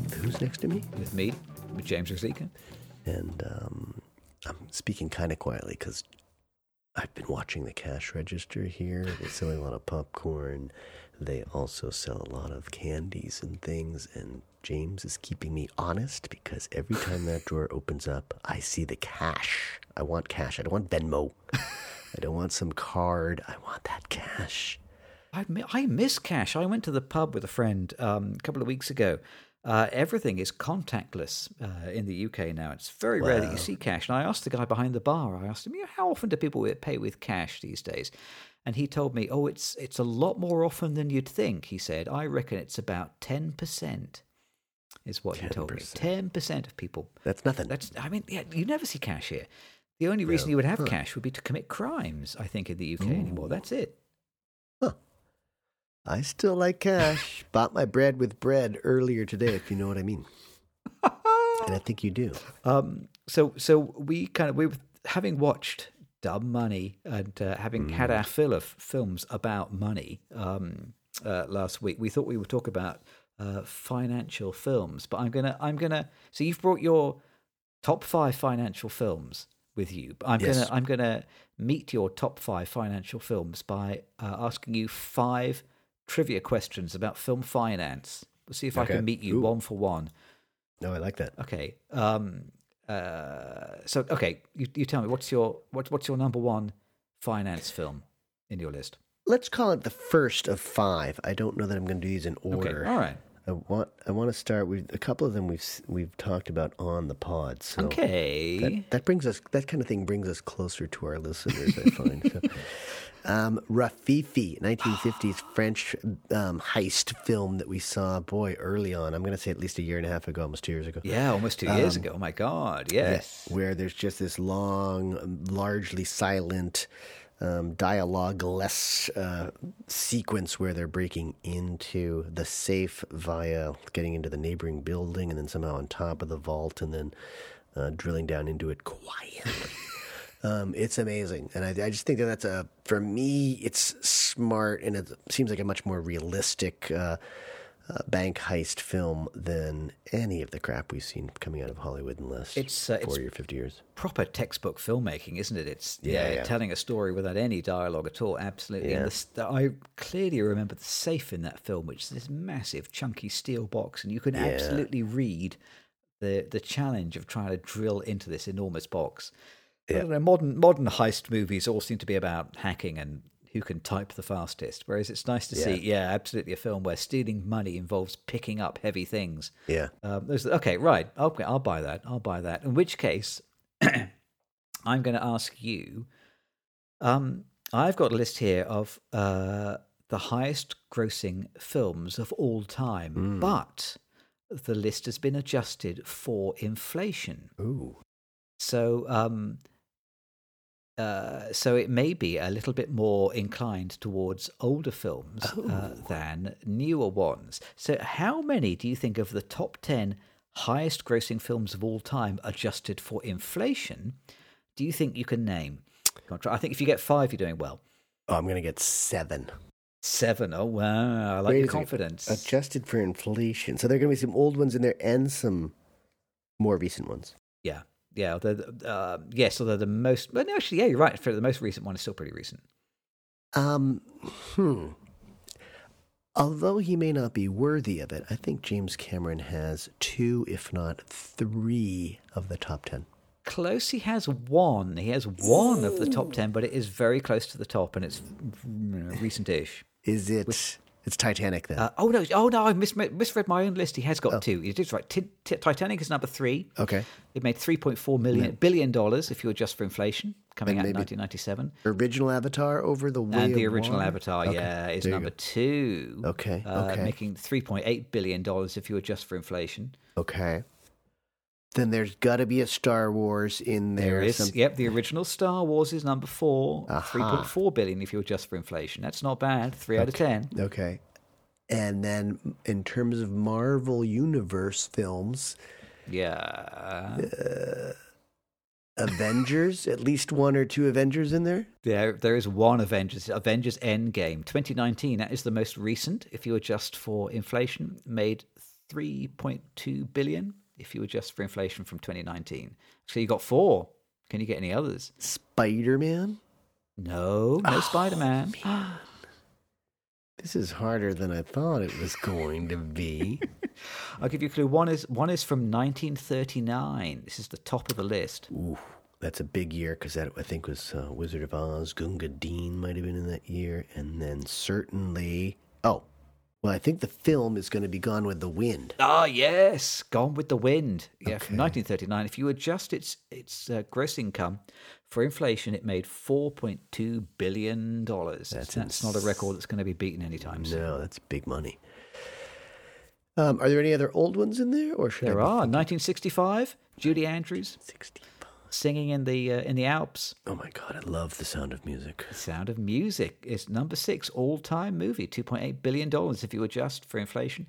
to me. with me, with James Rosica. And um, I'm speaking kind of quietly because I've been watching the cash register here. They sell a lot of popcorn. They also sell a lot of candies and things. And James is keeping me honest because every time that drawer opens up, I see the cash. I want cash. I don't want Venmo. I don't want some card. I want that cash. I, mi- I miss cash. I went to the pub with a friend um, a couple of weeks ago. Uh, everything is contactless uh, in the UK now. It's very rare that you see cash. And I asked the guy behind the bar. I asked him, "You know, "How often do people pay with cash these days?" And he told me, "Oh, it's it's a lot more often than you'd think." He said, "I reckon it's about ten percent." Is what he told me. Ten percent of people. That's nothing. That's. I mean, yeah, you never see cash here. The only reason you would have cash would be to commit crimes. I think in the UK anymore. That's it. I still like cash. Bought my bread with bread earlier today, if you know what I mean. and I think you do. Um, so so we kind of we were having watched Dumb Money and uh, having had Mm. our fill of films about money um, uh, last week, we thought we would talk about uh, financial films. But I'm gonna I'm gonna so you've brought your top five financial films with you. But I'm Yes. gonna I'm gonna meet your top five financial films by uh, asking you five trivia questions about film finance. We'll see if I Okay. can meet you Ooh. one for one. No, Oh, I like that. Okay. Um, uh, so okay, you, you tell me what's your what, what's your number one finance film in your list? Let's call it the first of five. I don't know that I'm going to do these in order. Okay, all right. I want I want to start with a couple of them we've s- we've talked about on the pod. So okay. that, that brings us that kind of thing brings us closer to our listeners. I find. So, um, Rafifi, 1950s French um, heist film that we saw, boy, early on. I'm going to say at least a year and a half ago, almost two years ago. yeah, almost two years ago. Oh my God. Yes. where there's just this long, largely silent, um, dialogue-less uh, sequence where they're breaking into the safe via getting into the neighboring building and then somehow on top of the vault and then uh, drilling down into it quietly. Um, it's amazing, and I, I just think that that's a for me, it's smart, and it seems like a much more realistic uh, uh, bank heist film than any of the crap we've seen coming out of Hollywood in the last It's, uh, it's- forty or fifty years. Proper textbook filmmaking, isn't it? It's yeah, yeah. telling a story without any dialogue at all. Absolutely. And Yeah. the st- I clearly remember the safe in that film, which is this massive, chunky steel box, and you can absolutely read the the challenge of trying to drill into this enormous box. I don't know, modern modern heist movies all seem to be about hacking and who can type the fastest. Whereas it's nice to see, yeah, absolutely, a film where stealing money involves picking up heavy things. Yeah, Um, there's, okay, right. Okay, I'll buy that. I'll buy that. In which case, I'm going to ask you. Um, I've got a list here of uh, the highest grossing films of all time, but the list has been adjusted for inflation. ooh, So, um, uh, so it may be a little bit more inclined towards older films uh, than newer ones. So, how many do you think of the top ten highest-grossing films of all time, adjusted for inflation, do you think you can name? Go on, try- I think if you get five, you're doing well. oh, I'm gonna get seven. Seven. Oh wow! I like Wait your a second. confidence. Adjusted for inflation, so there are gonna be some old ones in there and some more recent ones. Yeah, yeah. Although, the- uh, yes, although the most. Well, no, actually, yeah, you're right. For the most recent one is still pretty recent. Um, hmm. Although he may not be worthy of it, I think James Cameron has two, if not three, of the top ten. Close. He has one. He has one of the top ten, but it is very close to the top, and it's recent-ish. Is it? it's Titanic then. Uh, oh no! Oh no! I mis- misread my own list. He has got two. It is right. Ti- Ti- Titanic is number three. okay. It made three point four million billion dollars if you adjust for inflation, coming out in nineteen ninety-seven. Original Avatar over the way And Uh, the of original Water? Avatar, Okay, yeah, is there you number two. Okay, uh, okay. making three point eight billion dollars if you adjust for inflation. go. Okay. Then there's got to be a Star Wars in there. There is, some- yep, the original Star Wars is number four, Aha. three point four billion if you adjust for inflation. That's not bad. Three out of ten. Okay. And then in terms of Marvel Universe films, Yeah, Avengers, at least one or two Avengers in there. there there is one Avengers Avengers Endgame 2019. That is the most recent. If you adjust for inflation, made 3.2 billion if you adjust for inflation from 2019. So you got four. Can you get any others? Spider Man? No, no Spider Man. This is harder than I thought it was going to be. I'll give you a clue. One is one is from 1939. This is the top of the list. Ooh, that's a big year because that I think was uh, Wizard of Oz. Gunga Dean might have been in that year, and then certainly oh, well I think the film is going to be Gone with the Wind. Ah, yes, Gone with the Wind. Yeah, from Okay. 1939. If you adjust its its uh, gross income for inflation, it made 4.2 billion dollars. That's, not a record that's going to be beaten anytime soon. No, that's big money. Um, are there any other old ones in there, or should There I be are 1965. Judy Andrews 65? singing in the uh, in the Alps. Oh my god, I love the sound of music. The Sound of Music is number six all time movie, $2.8 billion if you adjust for inflation.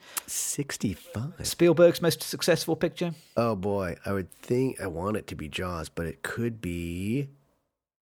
65. Spielberg's most successful picture? Oh boy, I would think I want it to be Jaws, but it could be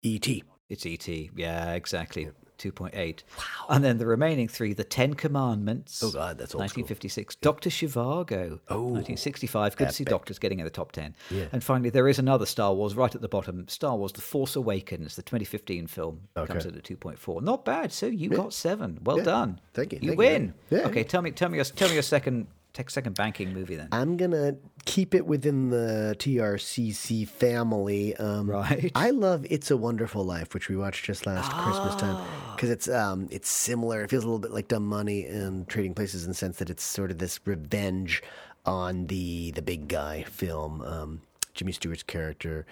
E E.T. It's E.T. Yeah, exactly. 2.8. Wow. And then the remaining three The Ten Commandments. Oh god, that's old school. 1956. Dr. Shivago. Oh. 1965. Good to see doctors getting in the top 10. Yeah. And finally, there is another Star Wars right at the bottom Star Wars The Force Awakens, the 2015 film. Okay. Comes in at 2.4. Not bad. So you got seven. Well done. Thank you, You thank you, win. thank you. Yeah. Okay, tell me tell me your, tell me your second, tech, second banking movie then. I'm gonna keep it within the TRCC family. Um, Right. I love "It's a Wonderful Life," which we watched just last Christmas time, because it's um, it's similar. It feels a little bit like Dumb Money and Trading Places in the sense that it's sort of this revenge on the the big guy film. Um, Jimmy Stewart's character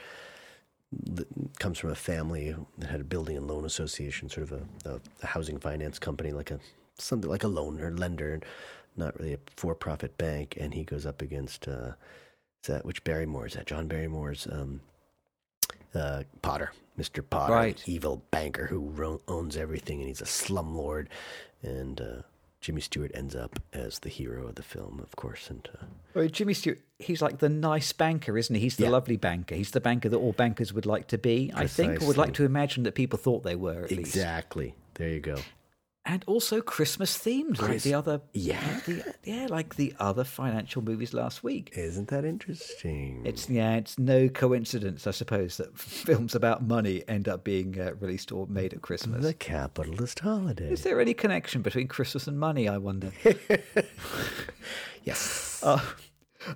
comes from a family that had a building and loan association, sort of a, a, a housing finance company, like a something like a loaner lender, not really a for-profit bank. And he goes up against uh, is that which Barrymore is that John Barrymore's um, uh, Potter, Mister Potter, an Right. evil banker who ro- owns everything, and he's a slumlord. And uh, Jimmy Stewart ends up as the hero of the film, of course, and. Uh, Well, Jimmy Stewart, he's like the nice banker, isn't he? He's the Yeah. lovely banker. He's the banker that all bankers would like to be, I think, or would like to imagine that people thought they were, at least. Exactly. There you go. And also Christmas themed, like the other, Yeah. the, yeah, like the other financial movies last week. Isn't that interesting? It's yeah, it's no coincidence, I suppose, that films about money end up being uh, released or made at Christmas. The capitalist holiday. Is there any connection between Christmas and money? I wonder. Uh, Yes.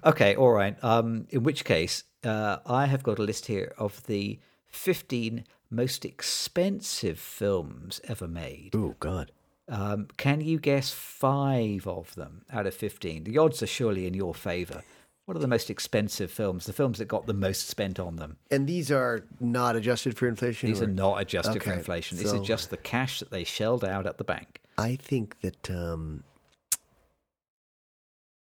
Okay, all right. Um, in which case, uh, I have got a list here of the 15 most expensive films ever made. oh God. Um, can you guess five of them out of 15? The odds are surely in your favor. What are the most expensive films? The films that got the most spent on them. And these are not adjusted for inflation. These or- are not adjusted for Okay, inflation. These are so- just the cash that they shelled out at the bank. I think that um,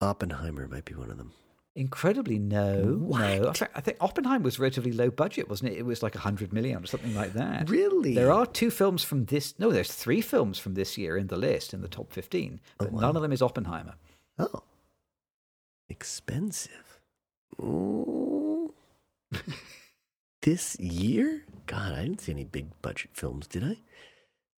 Oppenheimer might be one of them. Incredibly, no, no. I thi- I think Oppenheim was relatively low budget, wasn't it? It was like hundred million or something like that. Really? There are two films from this. No, there's three films from this year in the list in the top fifteen, but none of them is Oppenheimer. Oh, expensive. Ooh. this year? God, I didn't see any big budget films, did I?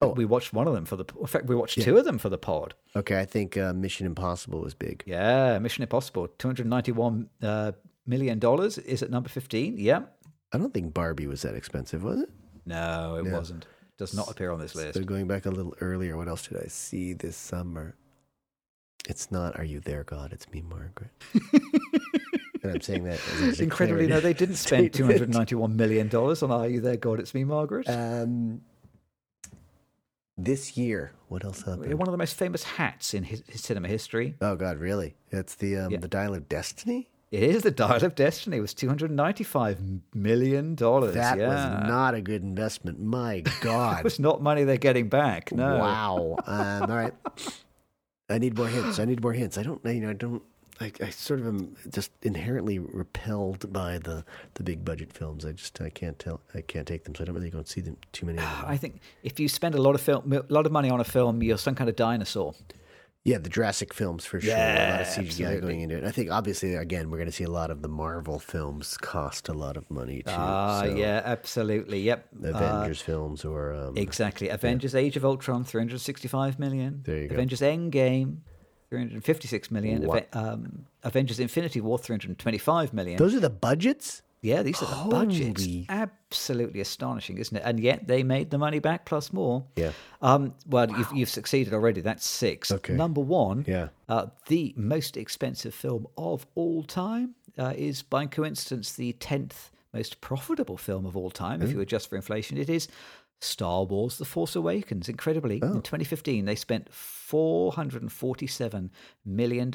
Oh. We watched one of them for the. In fact, we watched two of them for the pod. Okay, I think uh, Mission Impossible was big. Yeah, Mission Impossible, two hundred ninety-one uh, million dollars is at number fifteen. Yeah. I don't think Barbie was that expensive, was it? No, it wasn't. Does not appear on this list. So going back a little earlier, what else did I see this summer? It's not "Are you there, God?" It's me, Margaret. and I'm saying that as a Incredibly, no, declarative they didn't spend two hundred statement. ninety-one million dollars on "Are You There, God?" It's Me, Margaret. Um, this year, what else happened? one of the most famous hats in his, his cinema history. Oh God, really? It's the um, Yeah. the Dial of Destiny. It is the Dial of Destiny. It was two hundred ninety-five million dollars. That yeah. was not a good investment. My It God! was not money they're getting back. No. Wow. Um, all right. I need more hints. I need more hints. I don't. You know. I don't. I, I sort of am just inherently repelled by the the big budget films. I just I can't tell. I can't take them. So I don't really go and see them too many. Of them. I think if you spend a lot of film, a lot of money on a film, you're some kind of dinosaur. Yeah, the Jurassic films for sure. a lot Yeah, of CGI absolutely. going into it. I think obviously again we're going to see a lot of the Marvel films cost a lot of money too. Ah, so yeah, absolutely. Yep. the Uh, Avengers films or um, exactly. Avengers: Age of Ultron, three hundred sixty-five million. There you go. Avengers: Endgame, 356 million. Wow. Ave- um, Avengers Infinity War, 325 million. Those are the budgets? yeah, these are the budgets. Holy- Absolutely astonishing, isn't it? And yet they made the money back plus more. Yeah. Um, well, you've, you've succeeded already. That's six. Okay. Number one, Yeah. uh, the most expensive film of all time uh, is, by coincidence, the 10th most profitable film of all time. If you adjust for inflation, it is Star Wars The Force Awakens. Incredibly, Oh. in 2015, they spent $447 million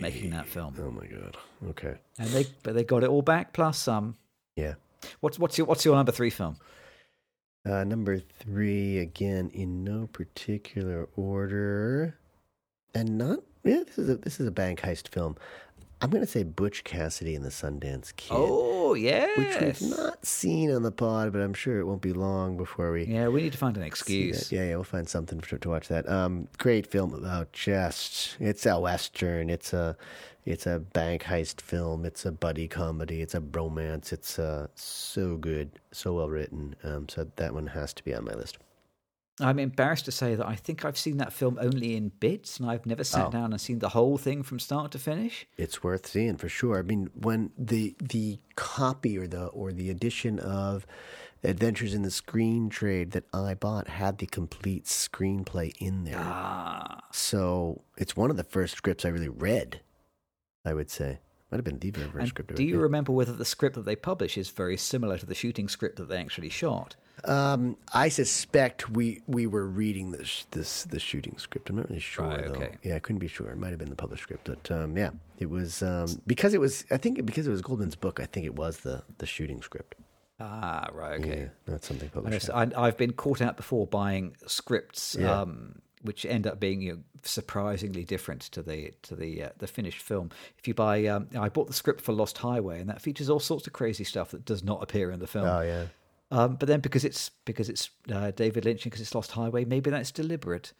making that film. Oh my god. Okay. And they, but they got it all back plus some. Yeah. What's, what's, your, what's your number three film? Uh, number three, again, in no particular order, and not yeah. This is a this is a bank heist film. I'm gonna say Butch Cassidy and the Sundance Kid, Oh, yes. which we've not seen on the pod, but I'm sure it won't be long before we Yeah, we need to find an see excuse. that. Yeah, yeah, we'll find something to, to watch that. Um, great film about just it's a western. It's a it's a bank heist film. It's a buddy comedy. It's a bromance. It's uh, so good, so well written. Um, so that one has to be on my list. I'm embarrassed to say that I think I've seen that film only in bits, and I've never sat Oh. down and seen the whole thing from start to finish. It's worth seeing for sure. I mean, when the the copy or the or the edition of Adventures in the Screen Trade that I bought had the complete screenplay in there. Ah, So it's one of the first scripts I really read. I would say might have been the very first and script. I do read. you remember whether the script that they publish is very similar to the shooting script that they actually shot? Um, I suspect we we were reading this this the shooting script. I'm not really sure Right, though. okay. Yeah, I couldn't be sure. It might have been the published script, but um, yeah, it was um, because it was. I think because it was Goldman's book. I think it was the the shooting script. Ah, right, Yeah, okay. not something I know, published. so I, I've been caught out before buying scripts, Yeah. um, which end up being you know, surprisingly different to the to the uh, the finished film. If you buy, um, I bought the script for Lost Highway, and that features all sorts of crazy stuff that does not appear in the film. Oh yeah. Um, but then because it's because it's uh, David Lynch and because it's Lost Highway, maybe that's deliberate.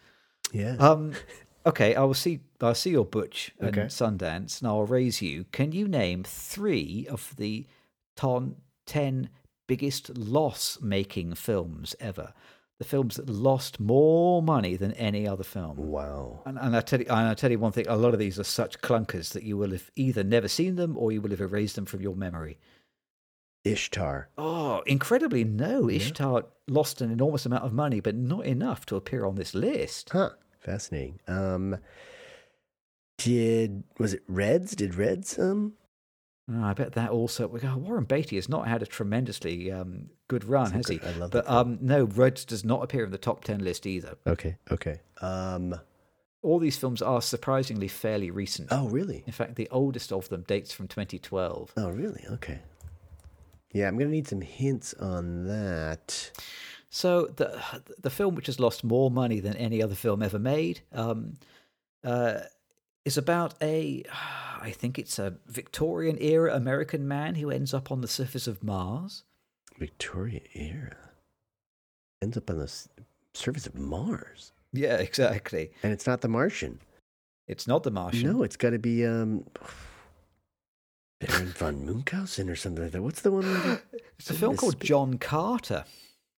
Yeah. Um, okay, I will see. I'll see your Butch and Okay. Sundance, and I'll raise you. Can you name three of the ton, ten biggest loss-making films ever? The films that lost more money than any other film. wow. And, and I tell you, and I tell you one thing: a lot of these are such clunkers that you will have either never seen them or you will have erased them from your memory. Ishtar. Oh, incredibly, no. Ishtar lost an enormous amount of money, but not enough to appear on this list. Huh. Fascinating. Um, did was it Reds? Did Reds um Oh, I bet that also. we go, Warren Beatty has not had a tremendously um, good run, has good- he? I love but that film. um, no, Reds does not appear in the top 10 list either. Okay, okay. Um All these films are surprisingly fairly recent. oh really? In fact, the oldest of them dates from 2012. Oh really? Okay. Yeah, I'm gonna need some hints on that. So the the film which has lost more money than any other film ever made um, uh, is about a I think it's a Victorian era American man who ends up on the surface of Mars. Victoria era. Ends up on the s- surface of Mars. Yeah, exactly. And it's not the Martian. It's not the Martian. No, it's gotta be um Baron von Munchausen or something like that. What's the one with the- it's a film Goodness called me. John Carter.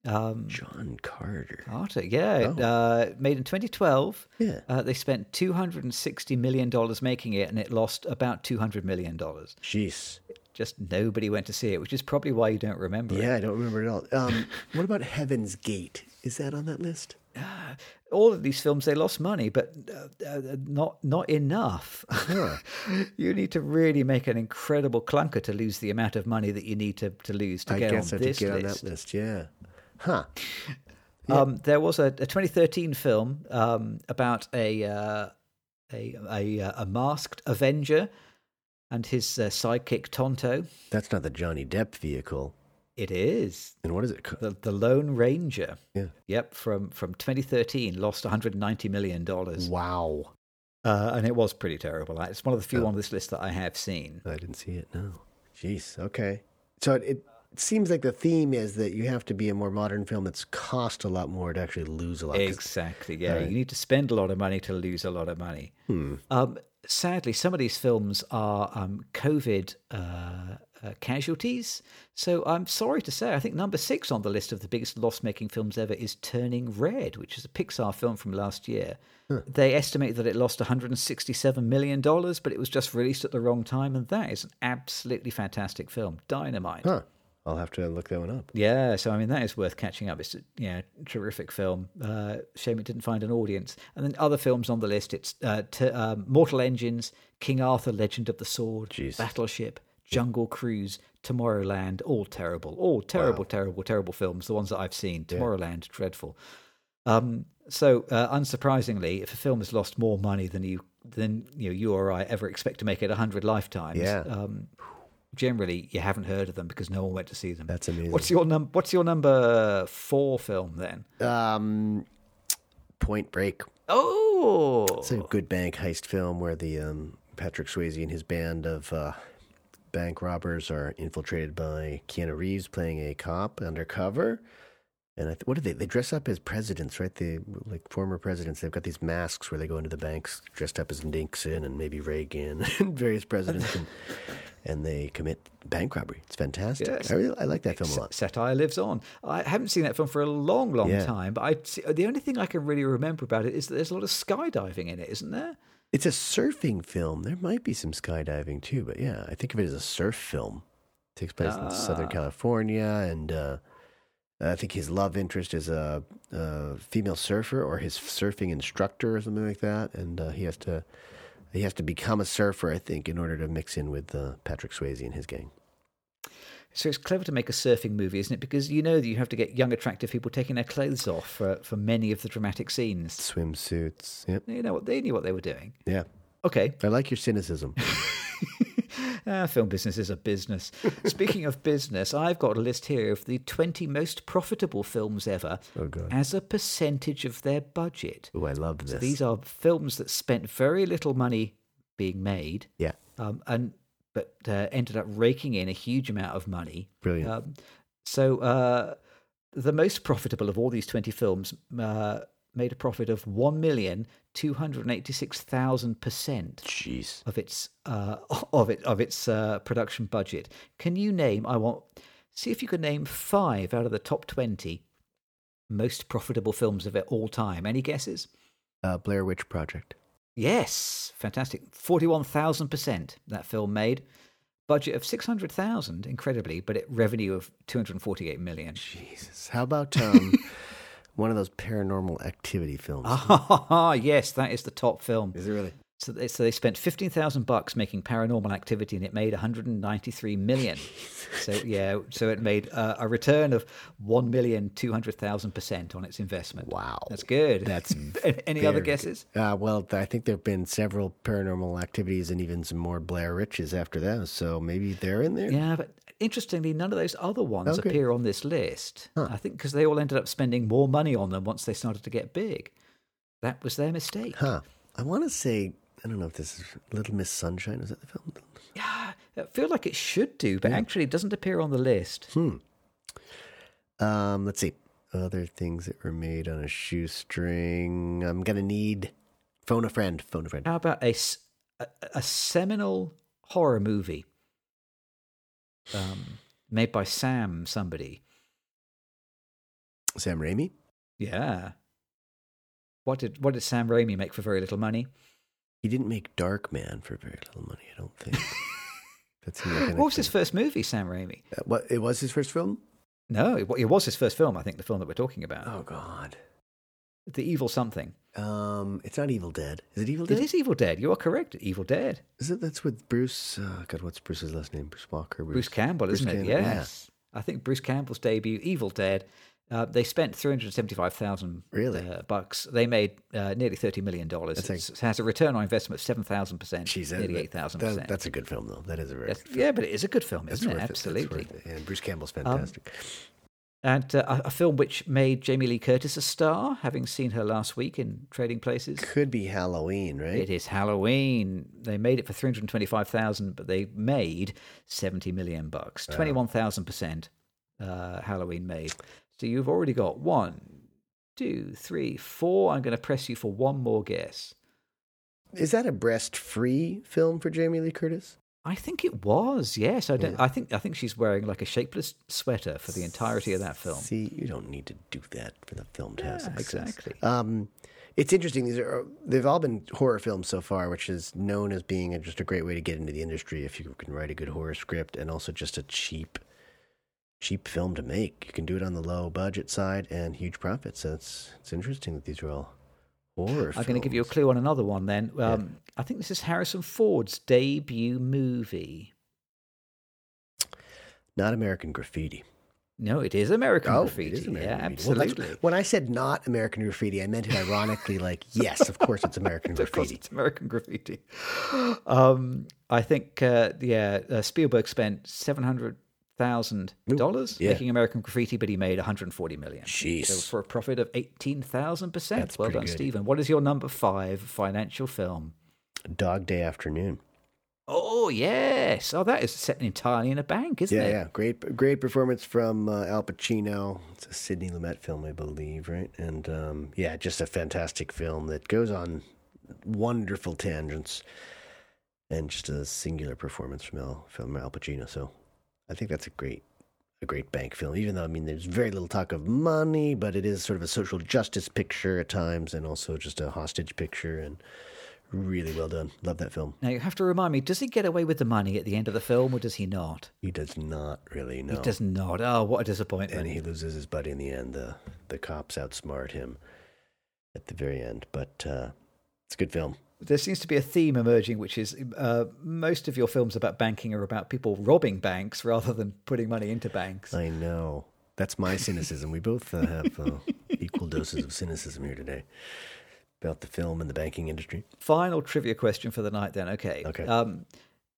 Um, John Carter? Carter, yeah, Oh. uh, made in 2012. Yeah. Uh, they spent 260 million dollars making it, and it lost about 200 million dollars. Jeez. Just nobody went to see it, which is probably why you don't remember it. Yeah, I don't remember it at all. Um, what about Heaven's Gate? Is that on that list? all of these films they lost money but uh, uh, not not enough you need to really make an incredible clunker to lose the amount of money that you need to, to lose to I get guess I have on to this get on list that list. Yeah. Huh. um, there was a, a 2013 film um, about a, uh, a a uh, a masked avenger and his uh, sidekick tonto That's not the Johnny Depp vehicle. it is And what is it? co- the, the lone ranger Yeah. yep from from 2013 lost 190 million dollars Wow. Uh, and it was pretty terrible. It's one of the few on this list that I have seen. I didn't see it. No. Jeez. Okay. So it, it seems like the theme is that you have to be a more modern film that's cost a lot more to actually lose a lot. 'Cause- Exactly. Yeah, you need to spend a lot of money to lose a lot of money. Um, sadly, some of these films are um, COVID uh, uh, casualties. So I'm sorry to say, I think number six on the list of the biggest loss making films ever is Turning Red, which is a Pixar film from last year. They estimate that it lost $167 million, but it was just released at the wrong time. And that is an absolutely fantastic film. Dynamite. Huh. I'll have to look that one up. Yeah, so I mean that is worth catching up. It's a yeah, terrific film. Uh, shame it didn't find an audience. And then other films on the list: it's uh, t- um, Mortal Engines, King Arthur, Legend of the Sword, Jeez. Battleship, Jungle Cruise, Tomorrowland. All terrible, all terrible, terrible, terrible films. The ones that I've seen: Tomorrowland, dreadful. Um, so uh, unsurprisingly, if a film has lost more money than you than you know, you or I ever expect to make it a hundred lifetimes, Yeah. um, generally you haven't heard of them because no one went to see them. That's amazing. What's your num- What's your number four film then? Um, Point Break. Oh, It's a good bank heist film where the um, Patrick Swayze and his band of uh, bank robbers are infiltrated by Keanu Reeves playing a cop undercover. And I th- what do they? They dress up as presidents, right? They like former presidents. They've got these masks where they go into the banks dressed up as Nixon and maybe Reagan and various presidents, and, and they commit bank robbery. It's fantastic. Yes. I really I like that film a lot. satire lives on. I haven't seen that film for a long, long Yeah. time, but I see- the only thing I can really remember about it is that there's a lot of skydiving in it, isn't there? It's a surfing film. There might be some skydiving too, but yeah, I think of it as a surf film. It takes place in Southern California, and uh, I think his love interest is a, a female surfer or his surfing instructor or something like that, and uh, he has to he has to become a surfer, I think, in order to mix in with uh, Patrick Swayze and his gang. So it's clever to make a surfing movie, isn't it? Because you know that you have to get young, attractive people taking their clothes off for, for many of the dramatic scenes. Swimsuits. Yep. You know what? They knew what they were doing. Yeah. Okay, I like your cynicism. Ah, film business is a business. Speaking of business, I've got a list here of the 20 most profitable films ever Oh, God. as a percentage of their budget. Oh, I love this. These are films that spent very little money being made, yeah. um, and but uh, ended up raking in a huge amount of money. Brilliant. Um, so uh, the most profitable of all these 20 films uh, made a profit of 1,286,000% Jeez. of its uh, of it of its uh, production budget. Can you name? I want see if you can name five out of the top twenty most profitable films of it all time. Any guesses? Uh, Blair Witch Project. Yes, fantastic. Forty-one thousand percent that film made. Budget of six hundred thousand, incredibly, but it revenue of two hundred forty-eight million. Jesus. How about um, one of those paranormal activity films? Ah, yes, that is the top film. Is it really? So they, so they spent fifteen thousand bucks making Paranormal Activity, and it made one hundred and ninety-three million. so yeah, so it made uh, a return of one million two hundred thousand percent on its investment. Wow. that's good. That's Any- any other very good. guesses? Uh, well, th- I think there have been several paranormal activities and even some more Blair Riches after that. So maybe they're in there. Yeah, but interestingly, none of those other ones Okay. appear on this list. I think because they all ended up spending more money on them once they started to get big. That was their mistake. Huh. I want to say, I don't know if this is Little Miss Sunshine. Is that the film? I feel like it should do, but actually, it doesn't appear on the list. Um, let's see. Other things that were made on a shoestring. I'm going to need Phone a Friend. Phone a Friend. How about a, s- a- a seminal horror movie um, made by Sam somebody? Oh. Sam Raimi. Yeah. What did what did Sam Raimi make for very little money? He didn't make Dark Man for very little money, I don't think. that seemed like an What was activity. his first movie, Sam Raimi? Uh, what it was his first film? No, it, wa- it was his first film. I think the film that we're talking about, Oh God. The Evil Something. Um, it's not Evil Dead. Is it Evil It Dead? is Evil Dead. You are correct. Evil Dead. Is it that's with Bruce? Uh, God, what's Bruce's last name? Bruce Walker. Bruce Campbell, Bruce isn't it? Campbell, yeah. Yes. I think Bruce Campbell's debut, Evil Dead. Uh, they spent three hundred seventy-five thousand Really? uh, bucks. They made uh, nearly thirty million dollars. That's It has a return on investment of seven thousand percent, Jeez, that- nearly that- eight thousand that- percent. That's a good film, though. That is a very. good film. Yeah, but it is a good film, That's isn't worth it? it. That's Absolutely. Um, worth it. Yeah, and Bruce Campbell's fantastic. And uh, a a film which made Jamie Lee Curtis a star, having seen her last week in Trading Places. Could be Halloween, right? It is Halloween. They made it for 325,000, but they made 70 million bucks. 21,000% uh, Halloween made. So you've already got one, two, three, four. I'm going to press you for one more guess. Is that a breast-free film for Jamie Lee Curtis? I think it was. Yes, I don't. I think I think she's wearing like a shapeless sweater for the entirety of that film. See, you don't need to do that for the film to have Yeah, success. exactly. Um, it's interesting. These are they've all been horror films so far, which is known as being a, just a great way to get into the industry if you can write a good horror script, and also just a cheap, cheap film to make. You can do it on the low budget side and huge profits. So it's it's interesting that these are all horror. I'm going to give you a clue on another one. Then um, I think this is Harrison Ford's debut movie. not American Graffiti. No, it is American Oh, Graffiti. it is American yeah, Graffiti. Well, that's- absolutely. when I said not American Graffiti, I meant it ironically. like, yes, of course, it's American Of course, Graffiti. it's American Graffiti. Um, I think, uh, yeah, uh, Spielberg spent seven hundred thousand dollars yeah. making American Graffiti, but he made one hundred forty million. Jeez. So for a profit of eighteen thousand percent. That's Well pretty done, good. Stephen. What is your number five financial film? Dog Day Afternoon. Oh yes. Oh, that is set entirely in a bank, isn't Yeah, it? yeah, great, great performance from uh, Al Pacino. It's a Sidney Lumet film, I believe, right? And um, yeah, just a fantastic film that goes on wonderful tangents, and just a singular performance from Al from Al Pacino. So, I think that's a great, a great bank film. Even though I mean, there's very little talk of money, but it is sort of a social justice picture at times, and also just a hostage picture. And really well done. Love that film. Now you have to remind me: Does he get away with the money at the end of the film, or does he not? He does not really know. He does not. Oh, what a disappointment! and he loses his buddy in the end. The the cops outsmart him at the very end, but uh, it's a good film. There seems to be a theme emerging, which is uh, most of your films about banking are about people robbing banks rather than putting money into banks. I know that's my cynicism. we both uh, have uh, equal doses of cynicism here today about the film and the banking industry. Final trivia question for the night, then. Okay. Okay. Um,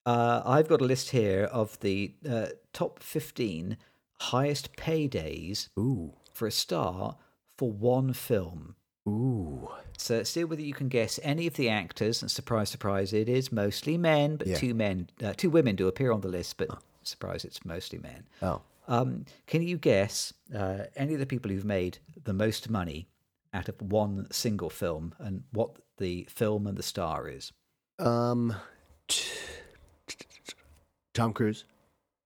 uh, I've got a list here of the uh, top 15 highest paydays Ooh, for a star for one film. ooh, So see whether you can guess any of the actors. And surprise, surprise, it is mostly men, but Yeah. two men, uh, two women do appear on the list. But surprise, it's mostly men. oh, Um, can you guess uh, any of the people who've made the most money out of one single film and what the film and the star is? um, t- t- t- Tom Cruise.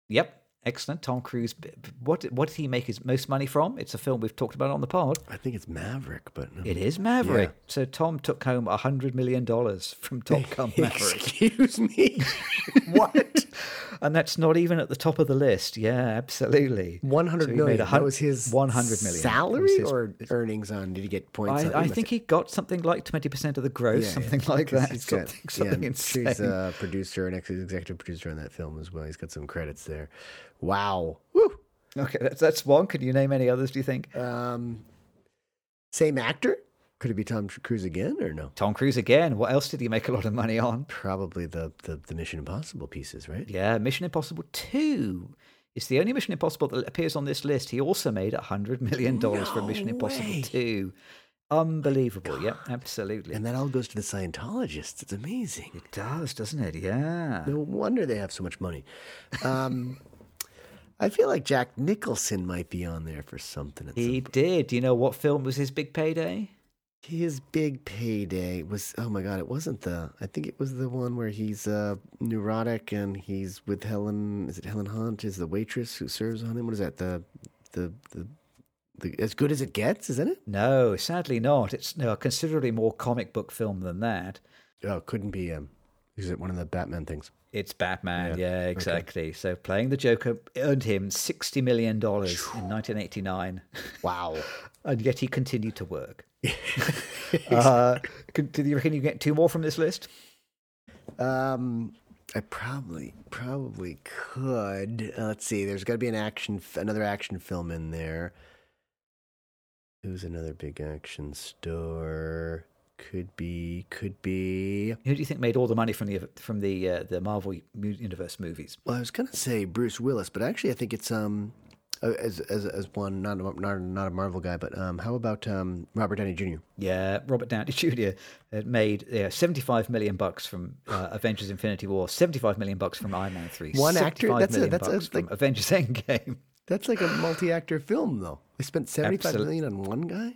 Yep, excellent. Tom Cruise. b- b- What what did he make his most money from? It's a film we've talked about on the pod. I think it's Maverick, but no. It is Maverick. So Tom took home a hundred million dollars from Top Gun Maverick, Excuse me. what? and that's not even at the top of the list. Yeah, absolutely. One hundred So million. he made a hun- that was his 100 million. It was salary his- or earnings on. Did he get points? on? I, I think he got something like twenty percent of the gross, something like that. He's Something, got, something yeah, uh, insane. He's a producer and ex- executive producer on that film as well. He's got some credits there. Wow. Woo. Okay, that's that's one. Can you name any others? Do you think Um, same actor? Could it be Tom Cruise again or no? Tom Cruise again? What else did he make a lot of money on? Probably the the, the Mission Impossible pieces, right? Yeah, Mission Impossible Two. It's the only Mission Impossible that appears on this list. He also made hundred million dollars for No Mission Impossible way. Two. Unbelievable. Yeah, absolutely. And that all goes to the Scientologists. It's amazing. it does, doesn't it? Yeah. No wonder they have so much money. Um, I feel like Jack Nicholson might be on there for something. at some He did. Do you know what film was his big payday? His big payday was oh my god, it wasn't the I think it was the one where he's uh neurotic and he's with Helen is it Helen Hunt is the waitress who serves on him? What is that? The the the, the as good as it gets, isn't it? No, sadly not. It's no, a considerably more comic book film than that. Oh, it couldn't be um is it one of the Batman things? It's Batman, yeah, exactly. So playing the Joker earned him sixty million dollars in nineteen eighty nine, Wow. and yet he continued to work. uh, could, do you reckon you get two more from this list? um I probably probably could. Uh, let's see. There's got to be an action f- another action film in there. Who's another big action star? Could be could be. Who do you think made all the money from the from the uh, the Marvel mu- Universe movies? Well, I was gonna say Bruce Willis, but actually, I think it's um uh, as as as one not a, not a- not a Marvel guy, but um how about um Robert Downey Jr. Yeah, Robert Downey Jr. had made yeah, seventy five million bucks from uh, Avengers: Infinity War, seventy five million bucks from Iron Man three, One actor? 75 That's a- million that's a- bucks from like- Avengers: Endgame. That's like a multi actor film, though. They spent seventy five Absolute- million on one guy.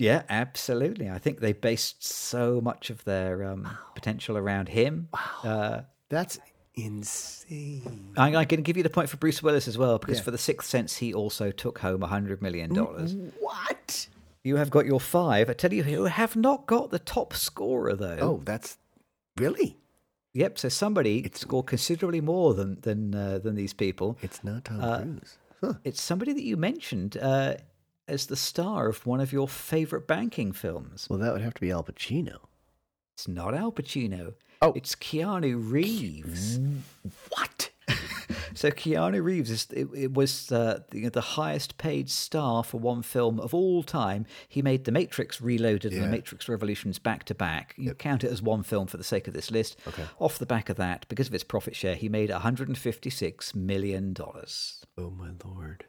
Yeah, absolutely. I think they based so much of their um, potential around him. Wow. Uh, That's insane. I, I can give you the point for Bruce Willis as well, because for The Sixth Sense, he also took home $100 million. Mm-hmm. What? You have got your five. I tell you, you have not got the top scorer, though. Oh, that's really. Yep, so somebody scored considerably more than than uh, than these people. It's not Tom Cruise. It's somebody that you mentioned uh, as the star of one of your favorite banking films. Well, that would have to be Al Pacino. It's not Al Pacino. Oh. It's Keanu Reeves. What? So Keanu Reeves is it, it was uh, the, you know, the highest paid star for one film of all time. He made The Matrix Reloaded and Yeah. The Matrix Revolutions back to back. You count it as one film for the sake of this list. Okay. Off the back of that, because of its profit share, he made 156 million dollars, Oh my lord!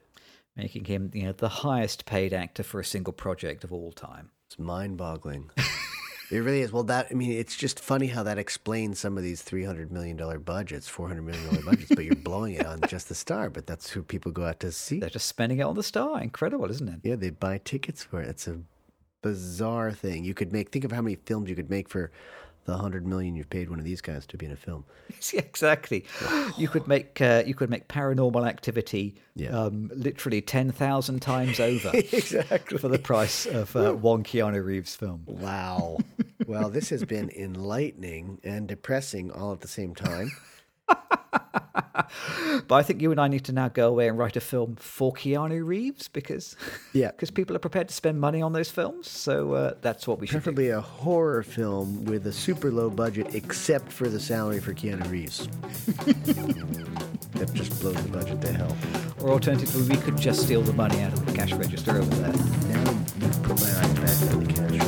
making him you know the highest paid actor for a single project of all time. It's mind-boggling. it really is. Well, that I mean, it's just funny how that explains some of these three hundred million dollar budgets, four hundred million dollar budgets, but you're blowing it on just the star. But that's who people go out to see. They're just spending it on the star. Incredible, isn't it? Yeah, they buy tickets for it. It's a bizarre thing. You could make think of how many films you could make for the hundred million you've paid one of these guys to be in a film. Yeah, exactly. You could make uh, you could make paranormal activity um, literally ten thousand times over exactly. for the price of uh, one Keanu Reeves film. Wow. well, this has been enlightening and depressing all at the same time. But I think you and I need to now go away and write a film for Keanu Reeves because Yeah. because people are prepared to spend money on those films. So uh, that's what we should. do. Preferably a horror film with a super low budget, except for the salary for Keanu Reeves. that just blows the budget to hell. Or alternatively, we could just steal the money out of the cash register over there. Now you put my eyes back on the cash